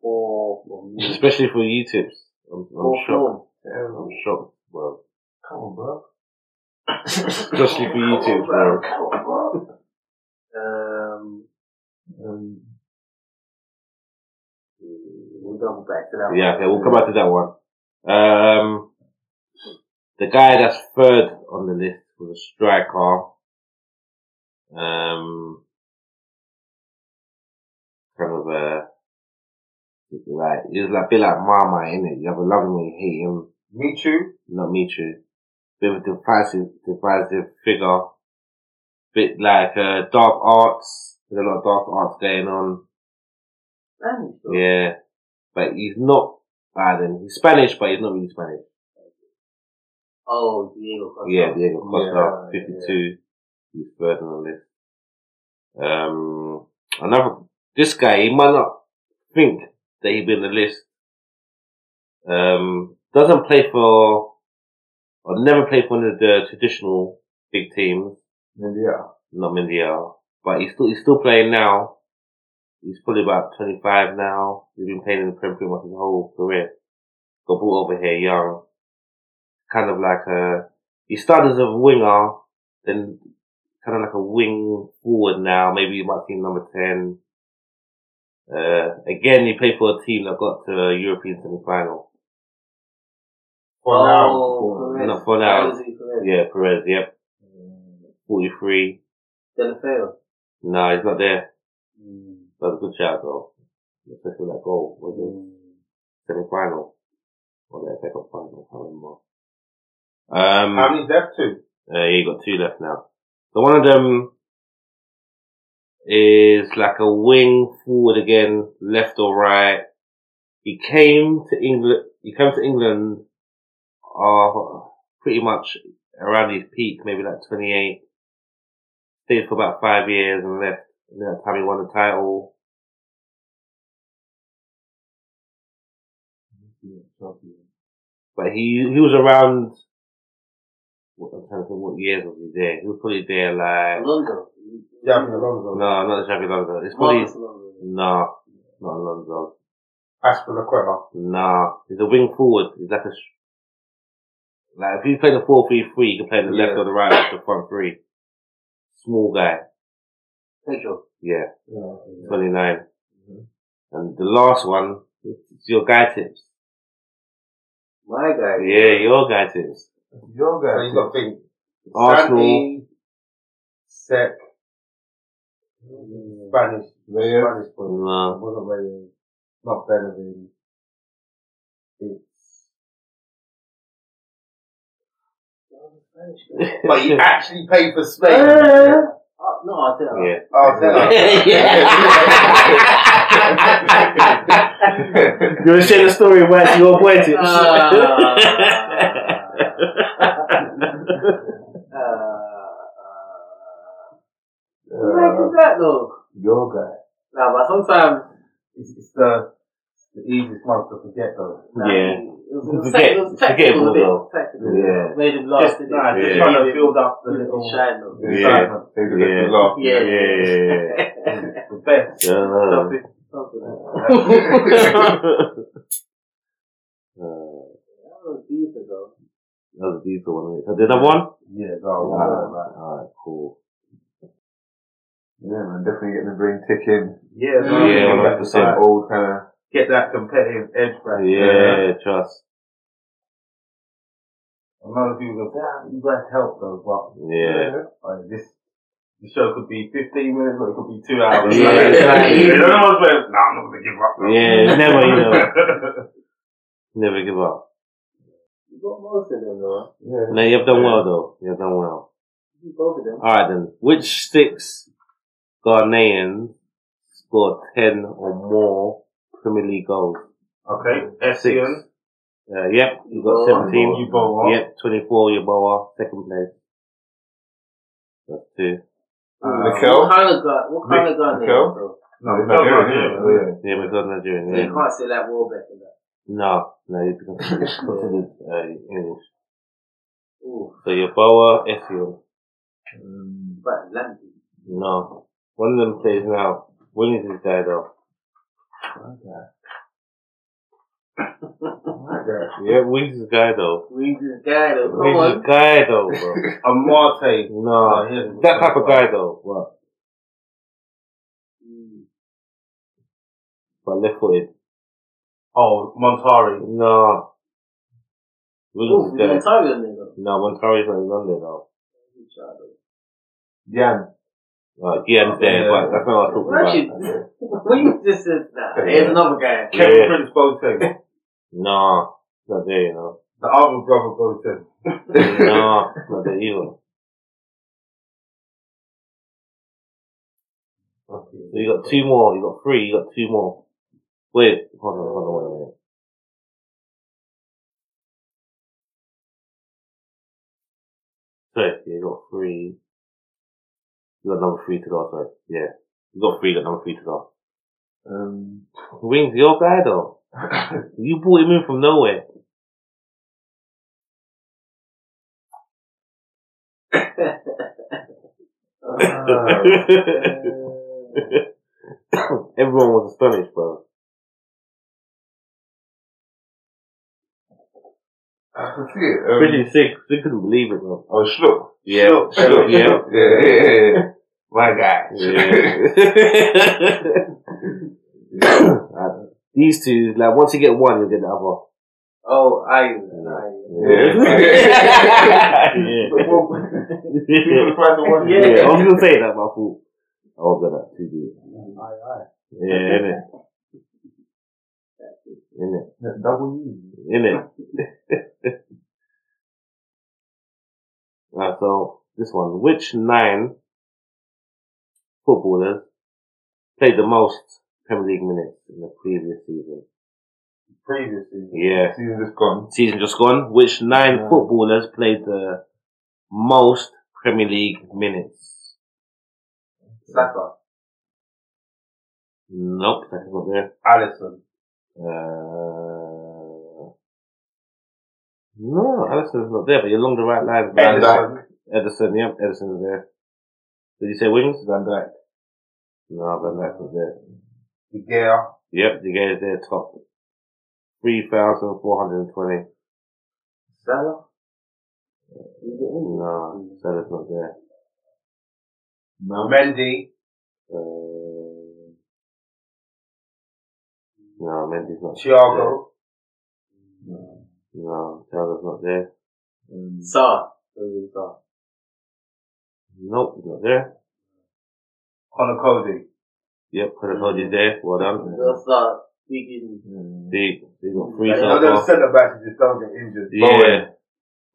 four for me.
Especially for you tips. I'm, I'm
Four
shocked.
film.
I'm shocked, bro.
Come on, bro.
Especially for
Oh,
you tips, bro.
Come on, bro. Um,
Um,
we'll double back to that
Yeah,
one.
okay, we'll come back to that one. Um, the guy that's third on the list was a striker. Um, kind of a, like, he was like, a bit like Marmite, innit? You have a love him or you hate him.
Michu,
not me true. Bit of a divisive, divisive figure. Bit like uh, dark arts. There's a lot of dark arts going on.
Spanish, bro.
Yeah, but he's not bad. And he's Spanish, but he's not really Spanish.
Oh, Diego Costa.
yeah, Diego Costa,
Yeah,
52. He's third on the list. Um, another. This guy, he might not think that he'd be on the list. Um, doesn't play for, or never played for one of the traditional big teams.
Mendia.
not Mendiel, but he's still he's still playing now. He's probably about 25 now. He's been playing in the Premier League his whole career. Got brought over here young. Kind of like a, he started as a winger, then kind of like a wing forward now. Maybe you might see him number 10. Uh, again, he played for a team that got to a European semi-final.
for now,
Oh, Perez.
No, for now.
Jose Perez.
Yeah, Perez, yep. 43.
Delafeo.
No, he's not there. That's a good shout though. Especially that goal. Was it? semi final or the FA Cup final, I can't remember.
how
Um,
many's left two?
uh, yeah, you got two left now. So one of them is like a wing forward again, left or right. He came to England. He came to England, uh, pretty much around his peak, maybe like 28. Stayed for about five years and left. And that time he won the title. But he he was around. What, I'm trying to think what years was he there. He was probably there like
Alonso.
Jamie Alonso,
no, not Xavi Alonso. It's probably
Marcus Alonso.
no, not Alonso.
Aspilaqueta,
No, he's a wing forward. He's like a sh- like if you play the four three three, you can play the left or the right with the front three. Small guy,
Pedro.
yeah,
Yeah.
twenty nine. Mm-hmm.
Mhm.
And the last one, it's your guy tips.
My guy.
Yeah, your guy tips.
Your
So
guy.
you've got to think.
Arsenal.
Santi, Sek, Spanish,
Reyes.
Spanish boy.
No.
It wasn't Reyes, not Bellerin. It's, but you actually paid for Spain.
Uh, no, I'll tell you.
yeah.
Oh, Arsenal.
You want to share the story of where your boy tips?
Uh, uh,
Uh,
What is that though?
your guy.
Nah, but sometimes
It's, it's the, the easiest month to forget though.
Yeah.
It was, it was,
Forget-
it was technical a
forgettable
bit.
though.
Technical.
Yeah.
Made him laugh.
Just,
didn't
nah,
it?
just
Yeah.
trying to build up the
Made him
little
shine though.
Yeah.
excitement.
Take a
Yeah.
little laugh.
Yeah.
Yeah.
yeah,
The best.
yeah. Uh,
Something-
Something like that.
uh,
That was decent though.
that was a decent one. Is there another one?
Yeah, go on, go on,
Alright,
man.
alright, cool.
Yeah, man, definitely getting the brain ticking.
Yeah,
Yeah, go on,
Yeah,
get that
100%.
excitement.
Old kind of
Get that competitive edge back.
Yeah, trust.
A lot of people go, damn, you guys help though, but
Yeah.
like, this, this show could be 15 minutes or it could be two hours.
Yeah,
Like,
exactly.
You know, I was like, nah, I'm not going to give up. though."
Yeah, never, you know, never give up.
You got most of them though.
No, you've done well though. You've done well.
You got both of them.
Alright then, which six Ghanaians scored 10 or more Premier League goals?
okay,
Six.
Essien,
Uh, yep, you got
Boa.
17.
you bowl off.
Yep, 24, your Boa, second place. That's two.
Um,
Mikel?
What kind of guy? What kind of guy? they
Mikel?
are, though?
No,
No,
no, no,
Nigerian,
no,
yeah.
Yeah, we got Nigerian.
So
Yeah.
you can't say that Warbeck and that.
No, no, you can considered uh, English.
Ooh,
So your Boa, Essien.
Um,
but Landy.
No. One of them plays now. When is this guy though? Yeah, when is this guy though?
We just guy though. Come
When is
on.
this guy though, bro?
Amate.
Oh,
no. That type of guy though. What? But left footed.
Oh, Montari.
No.
Ooh,
When
we got
is this guy?
Tiger in there though.
No, Montari's not in London though.
Good shot, though.
Jan.
Uh, yeah, I'm there, but that's not what I was
Well,
talking
actually,
about.
when you just said nah, there's another guy.
Yeah.
Kevin Prince Boateng.
No. Not there, you know.
The other brother Boateng.
No, not there either. So you got two more. You got three. You got two more. Wait, hold on, hold on, wait a minute. Sorry, yeah, you got three. You got number three to go. Sorry, yeah, you got three. You got number three to go.
Um,
Wings, your guy though. you brought him in from nowhere.
uh,
Everyone was astonished, bro.
I can see it. Um,
Pretty sick. Mm. They couldn't believe it, bro.
oh, Schlupp.
Yeah,
Schlupp,
Schlupp,
Schlupp,
yeah.
Yeah, yeah, yeah, yeah. My guy.
Uh, These two, like once you get one, you'll get the other.
Oh, I. I
Yeah.
People
yeah.
try to wonder.
Yeah, I was gonna say that, but I thought I was gonna too deep. Yeah, innit? Innit?
W.
Innit? Right, so this one. Which nine footballers played the most Premier League minutes in the previous season?
Previously.
Yeah.
Season just gone.
season just gone, which nine
Yeah.
footballers played the most Premier League minutes?
Saka.
Nope, that's not there.
Allison.
Uh, no, Edison's not there, but you're along the right line.
Van
Edison,
Dyke.
Edison, yep, Edison's there. Did you say Wings?
Van Dyke.
No, Van Dyke was there.
De Gea.
Yep, the guy is there top. 3,420.
Salah.
No, Salah's not there.
No.
Mendy.
Uh, no, Mendy's not
Thiago.
No, Thiago's not there.
Um,
Salah. Sorry, Salah.
Nope, he's not there.
Connor Cody.
Yep, could have told you he's there. Well done.
They'll start speaking.
um,
Big, they got three
And
so
all those
far.
centre backs just don't get
Oh,
injured.
Yeah.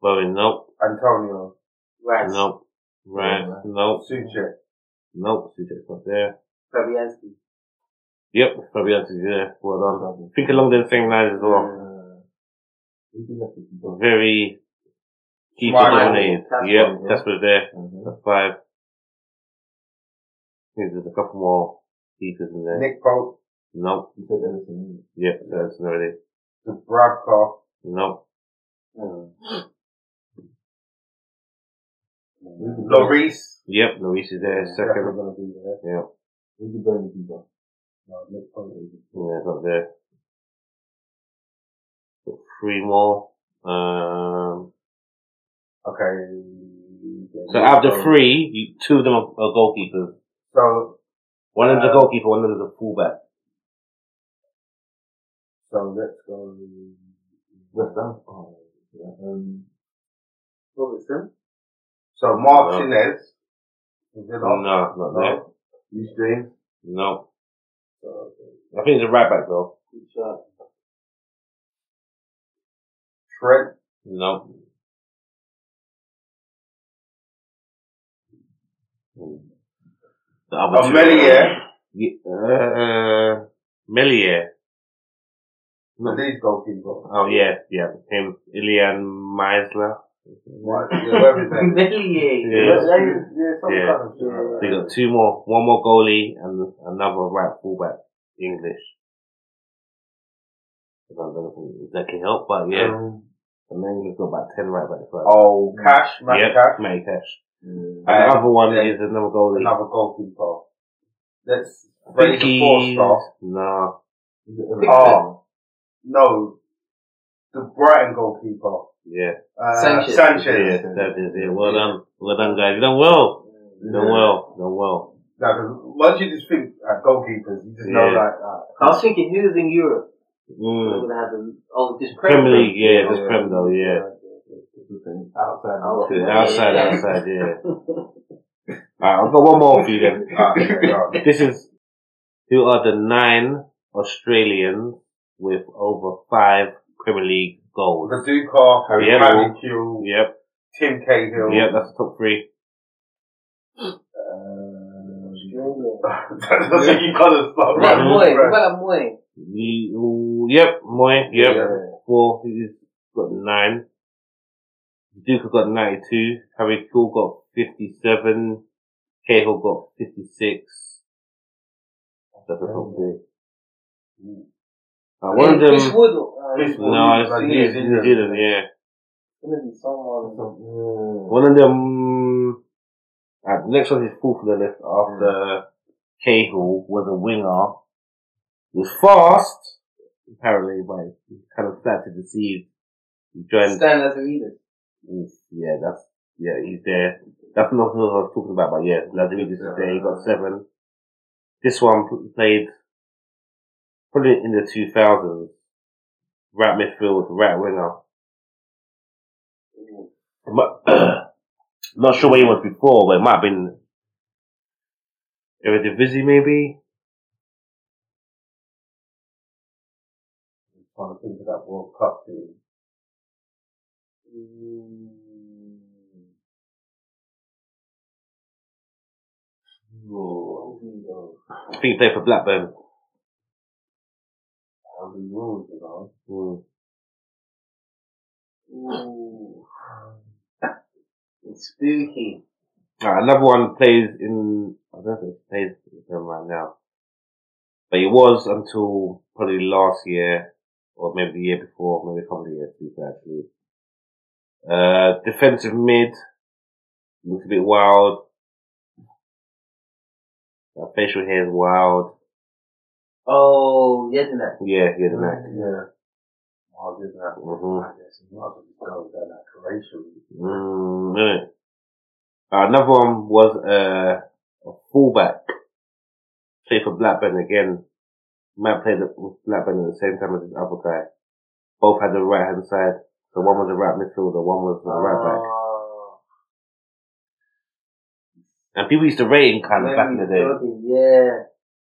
Bowen, nope.
Bowen, Antonio.
Rice.
Nope. Right, nope.
Suchet.
Nope, Suchet's not there.
Fabianski.
Yep, Fabianski's there. Well done. Think along the same lines as well.
uh, who did that?
Very keeper
Smile.
dominated.
Casper,
Yep,
yeah.
Casper's there.
Uh-huh.
That's five. I think there's a couple more keepers in there.
Nick Pope.
No.
You said Edison.
Yep, that's already.
Dubravka.
No.
Lloris.
Yep, Lloris is there,
Second
second.
going to be there.
Yep.
Who's the Burnley keeper?
No, Nick Pope.
Yeah, it's up there. Got three more. Um,
Okay.
so out of the three, you, two of them are, are goalkeepers.
So,
One of them's a
Uh,
goalkeeper, one of them's a fullback.
so let's go.
West Ham. Oh, yeah. Um,
Robertson.
So Martinez. Is it
No,
on?
not there.
Reece James.
No. I think it's a right back though.
Good shot.
Trent.
No. The other
Oh,
two-
Melier.
Ye- Uh, Melier. No.
These goalkeeper.
Oh yeah, yeah. Him, Ilian Meisler.
Right. Yeah, whatever his name is.
Melier.
Yeah,
Yeah.
yeah, some
Yeah.
kind of shit like
They
that.
got two more, one more goalie and another right fullback. English. I don't know if that can help, but yeah.
Um,
And then you've got about ten right backs. Right?
Oh, Cash, Matt
yep,
Cash,
Matty Cash.
yeah.
And the other one
then
is another goalie.
another goalkeeper. Let's
I
raise
think
the four star.
he's- Nah.
Is it
Pickford.
Everton?
Oh, no, the Brighton goalkeeper,
Yeah.
uh,
Sanchez.
Sanchez.
Yeah, that is it. Well done. Well done, guys. You done well. You done well. You done well.
No, 'cause once you just think uh, goalkeepers, you just know
Yeah.
like uh,
I was thinking he was in Europe. We're
Mm.
gonna have the oh this
Premier League, yeah,
Yeah.
just Prem though, yeah.
Everton. Outside the box.
Outside.
Yeah, Outside, outside,
Yeah.
yeah. Alright, I've got one more for you then.
ah, okay, all right.
This is who are the nine Australians with over five Premier League goals.
the Ducar, Harry
Yeah.
Harry Q,
Yep,
Tim Cahill.
yep, that's the top three.
Australia.
Uh, That's what you gotta stop.
Mhm.
What about Moy? What about Moy?
You, yep, Moy, yep, four. He's got nine. Duke has got 92. Harry Cool got 57. Cahill got 56. That's a top three. Uh, one of
Hey, Chris
them,
Wood. Uh,
Chris Wood.
no, it's
Like
New
New
Zealand,
Zealand.
yeah.
gonna be
Mm.
someone.
Something,
One of them, uh, the next one is fourth on the list after Cahill was a winger. He was fast, apparently, but he kind of flat to deceive. He joined
Stan Lazaridis.
Oof, yeah, that's yeah, he's there. That's not who I was talking about, but yeah, Lazaridis is there. He got seven. This one p- played probably in the two thousands. Right midfield, right winger. I'm Not not sure where he was before, but it might have been Eredivisie maybe.
trying to think of that World Cup team.
Hmm.
I think he played for Blackburn.
Harry Rules, you know.
Mm.
Ooh. It's spooky.
Alright, another one plays in, I don't know if it plays with them right now. But it was until probably last year, or maybe the year before, maybe a couple of years before actually. Uh, defensive mid, looks a bit wild. Uh, facial hair is wild.
Oh, Yedinak.
Yeah, he has
Mm.
a knack.
Yeah.
Oh,
Well, I didn't have
Mm-hmm.
I guess you might as well just go down that Croatia route.
Mm, innit? uh, another one was uh, a fullback. Played for Blackburn again. Matt played with Blackburn at the same time as his other guy. Both had the right hand side. So one was a right midfielder, one was a right
Ah,
back. And people used to rate him kind of back in the day.
Yeah.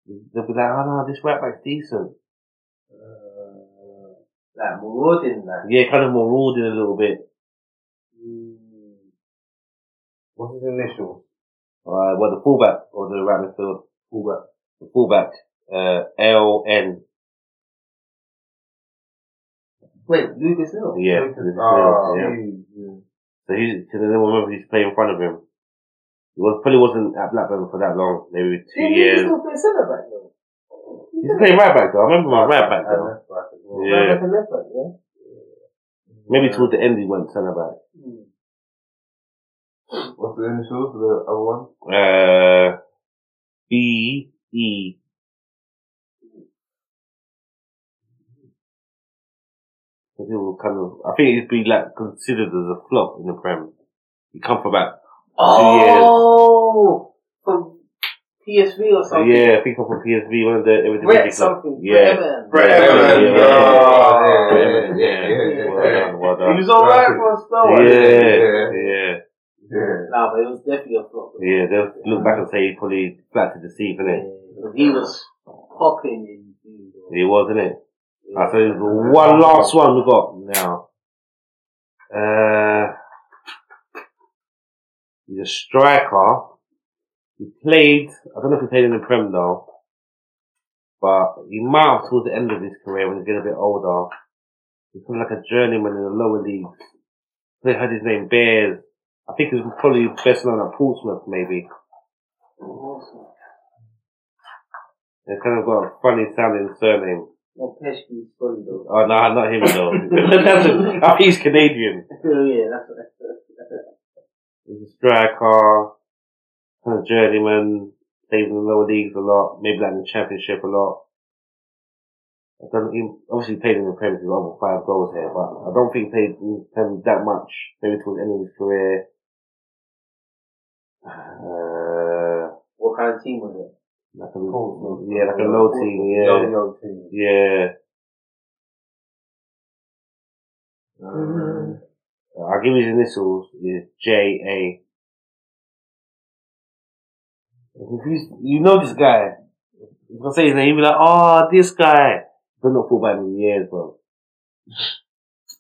They'd be like, oh no, this right back's decent.
Uh, like Morodin, like.
Yeah, kind of marauding a little bit.
Hmm.
What's his initial?
Uh, well, the fullback or the right midfield,
Fullback.
the fullback, uh, LN.
Wait, Lucas Hill.
Yeah.
Ah,
yeah.
geez, yeah.
So he's, because I don't remember who's playing in front of him. He was, probably wasn't at Blackburn for that long, maybe two
Didn't he
years.
still play centre back though?
He's playing right back though. I remember my right back though.
left back as well.
Yeah.
Right back and left back, yeah.
Maybe towards the end he went centre back.
Hmm.
What's the initials for the other one?
Uh, B E. So he was kind of. I think he'd be like considered as a flop in the Prem. He come for about
Oh, from PSV or something.
yeah. I think he come from PSV. One of the it was the
Brett
big club.
something.
Yeah.
Bremen.
Brett
Yeah,
Evans,
yeah,
bro.
yeah,
Yeah,
Bremen,
yeah,
yeah, Well done,
He
well
was
done.
alright for a
Oh,
spell. wasn't he?
Uh, Yeah, yeah.
Yeah.
Nah, but it was definitely a flop.
Yeah, they'll look back and say he probably flat to deceive, innit?
Yeah, He was popping in June. bro.
He was, innit?
Yeah.
Alright, so there's one last one we got now. Uh, he's a striker. He played, I don't know if he played in the Prem though, but he might have towards the end of his career when he's getting a bit older. He's kind of like a journeyman in the lower league. They had his name Bears. I think he was probably best known at Portsmouth maybe. He's kind of got a funny sounding surname.
Well, Pesky's funny though.
Oh no, not him though. That's a- I think he's Canadian.
Oh, yeah, that's what
He's a striker, kind of journeyman, played in the lower leagues a lot, maybe like in the championship a lot. I don't he obviously played in the Premier League over five goals here, but I don't think he played in Premier League that much, maybe towards the end of his career. Uh,
What kind of team was it?
like a, yeah, like a low team,
Young,
yeah.
young team.
Yeah. Mm-hmm.
Um,
Uh, I'll give you his initials. Is J A. If you you know this guy, if I say his name, you'll be like, "Oh, this guy." Been not football in years, bro.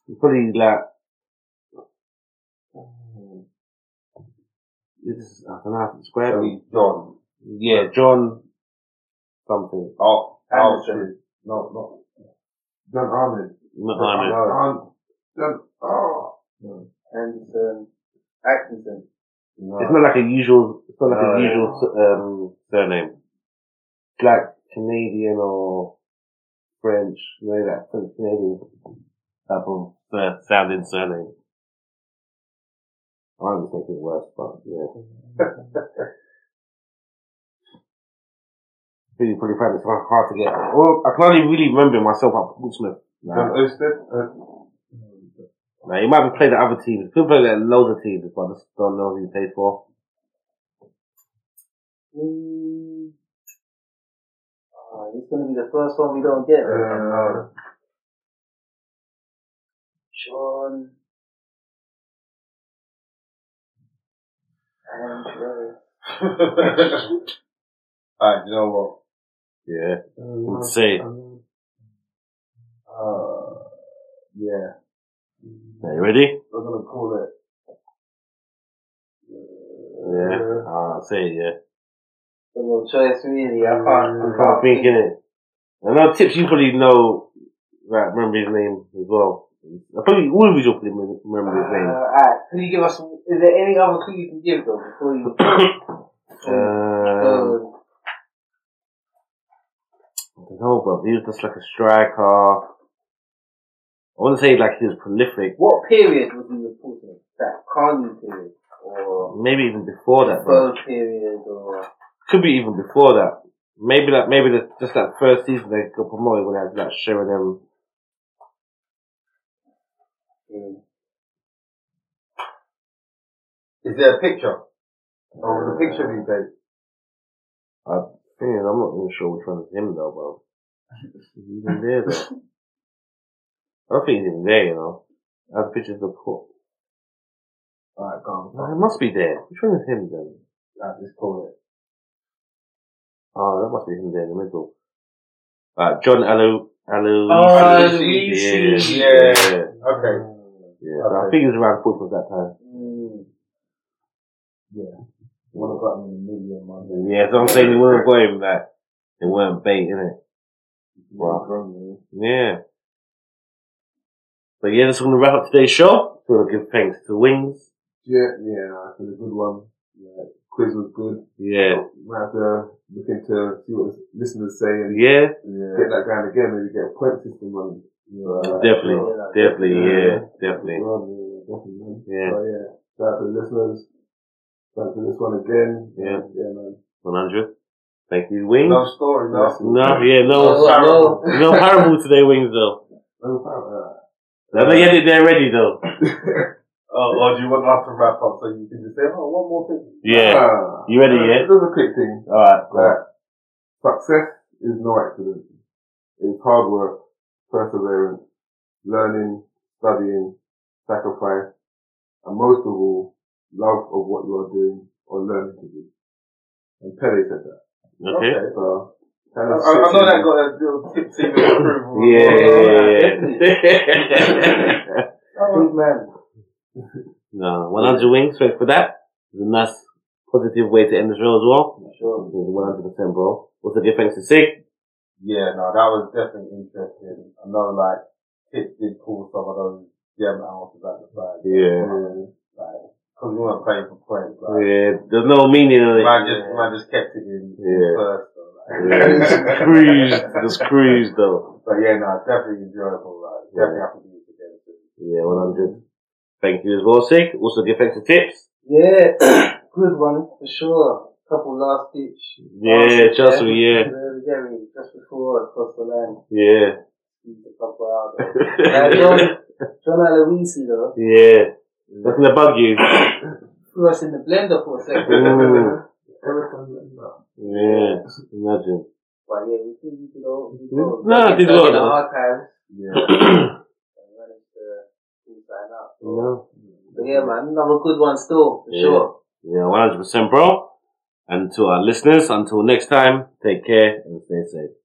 He's probably like. This is, I don't know how to describe him.
Ellie Um, John.
Yeah, John something.
Oh,
Anderson.
Alfred. No, no.
John Armin.
Not Ahmed.
John. John. Oh. No.
Anderson, Atkinson.
No.
It's not like a usual. It's not like
No,
a
yeah.
usual um, surname. It's like Canadian or French. You know that French Canadian type of uh, sounding surname. I'm just making it worse, but yeah. I think you probably find this hard hard to get. Well, I can only really remember myself at Portsmouth.
John
Now,
Osted. Uh,
now, you might have played at other teams. People play at loads of teams, but I just don't know who you played for.
Mm. Uh, it's gonna be the first one we don't get.
uh,
John. Andrew.
Alright, you know what?
Yeah.
um,
Say.
um,
Uh, yeah.
Are you ready?
We're gonna call it. uh,
Yeah. Ah, I see, yeah.
So no choice really. I can't. I
I can't think in it. And now tips you probably know right, remember his name as well. I probably all of you will probably remember his name.
Uh, alright, can you give us? Is there any other clue you can give though before you? Uh,
Um,
Um,
I don't know, but he was just like a striker. I want to say like he was prolific.
what period was he reporting? That Carney period or
Maybe even before that. though.
Fur period or?
Could be even before that. Maybe like maybe the, just that first season they got promoted when they had like Sheringham.
Mm.
Is there a picture? Oh, the picture these days.
I think I'm not even sure which one's him though, bro. He's even there though. I don't think he's even there, you know. I have pictures of the court.
Alright, go on.
No, he must be there. Which one is him then?
Alright, just call it.
Oh, that must be him there in the middle. Uh, John Alu, Alu.
Oh,
yeah,
Luisi.
yeah, yeah.
Okay.
So I think he was around Portsmouth that time.
Mm.
One have got him in a million, man.
Yeah, so I'm saying they weren't got him that. They weren't bait, innit? Wow.
John,
Yeah. But yeah, that's going to wrap up today's show. So I want to give thanks to Wings.
Yeah, yeah, that's a good one. Yeah, Quiz was good.
Yeah.
Might have to look into see what the listeners say and
Yeah.
get that going again. Maybe get a point system running. Yeah,
Definitely. Definitely. Yeah. Definitely.
definitely. man.
Yeah.
But yeah, shout out to the listeners. Shout out to this one again.
Yeah.
yeah, man.
100. Thank you, Wings.
No story, no.
No, yeah, no.
No, no.
No parable today, Wings, though.
Oh, wow,
I think I did that already, though.
Oh, or do you want us to wrap up so you can just say, oh, one more thing?
yeah.
Yeah.
Ah,
You ready, yeah?
Another quick thing.
Alright, go on.
Right. Success is no accident. It's hard work, perseverance, learning, studying, sacrifice, and most of all, love of what you are doing or learning to do. And Pele said that.
Okay.
So, kind
I,
of
I I know
sits
that
in-
got a little tipsy little approval.
Yeah.
Good man.
no, 100 Wings, thanks for that. It's a nice, positive way to end the show as well.
Sure.
100% bro. Also give thanks to Sig.
Yeah, no, that was definitely interesting. I know, like, Pitt did pull some of those gem ounces at the side.
Yeah.
Like, because we weren't playing for points. Like,
Yeah, there's no meaning in it.
man, just, man just kept it in
Yeah.
first. Though,
Yeah, it's cruised. It's cruised though.
But yeah, no, definitely enjoyable. Like, definitely have to do this again soon.
Yeah, 100. Thank you as well, Sig. Also give thanks to Tips.
Yeah, good one for sure. Couple last ditch.
Yeah,
passes
just
there.
me, yeah.
There we go, really. Just before I crossed the line,
Yeah.
used a couple hours. Uh, John, John Aloisi though,
yeah. That's gonna bug you.
threw us in the blender for a second.
Mm. Yeah. Imagine.
but yeah, we did, we did all, we did
No,
all.
it did
It's all
well,
in the
though.
archives.
Yeah.
and managed to pull something out.
no.
But yeah, man, another good one still, for
Yeah.
sure.
Yeah, 100% bro. And to our listeners, until next time, take care and stay safe.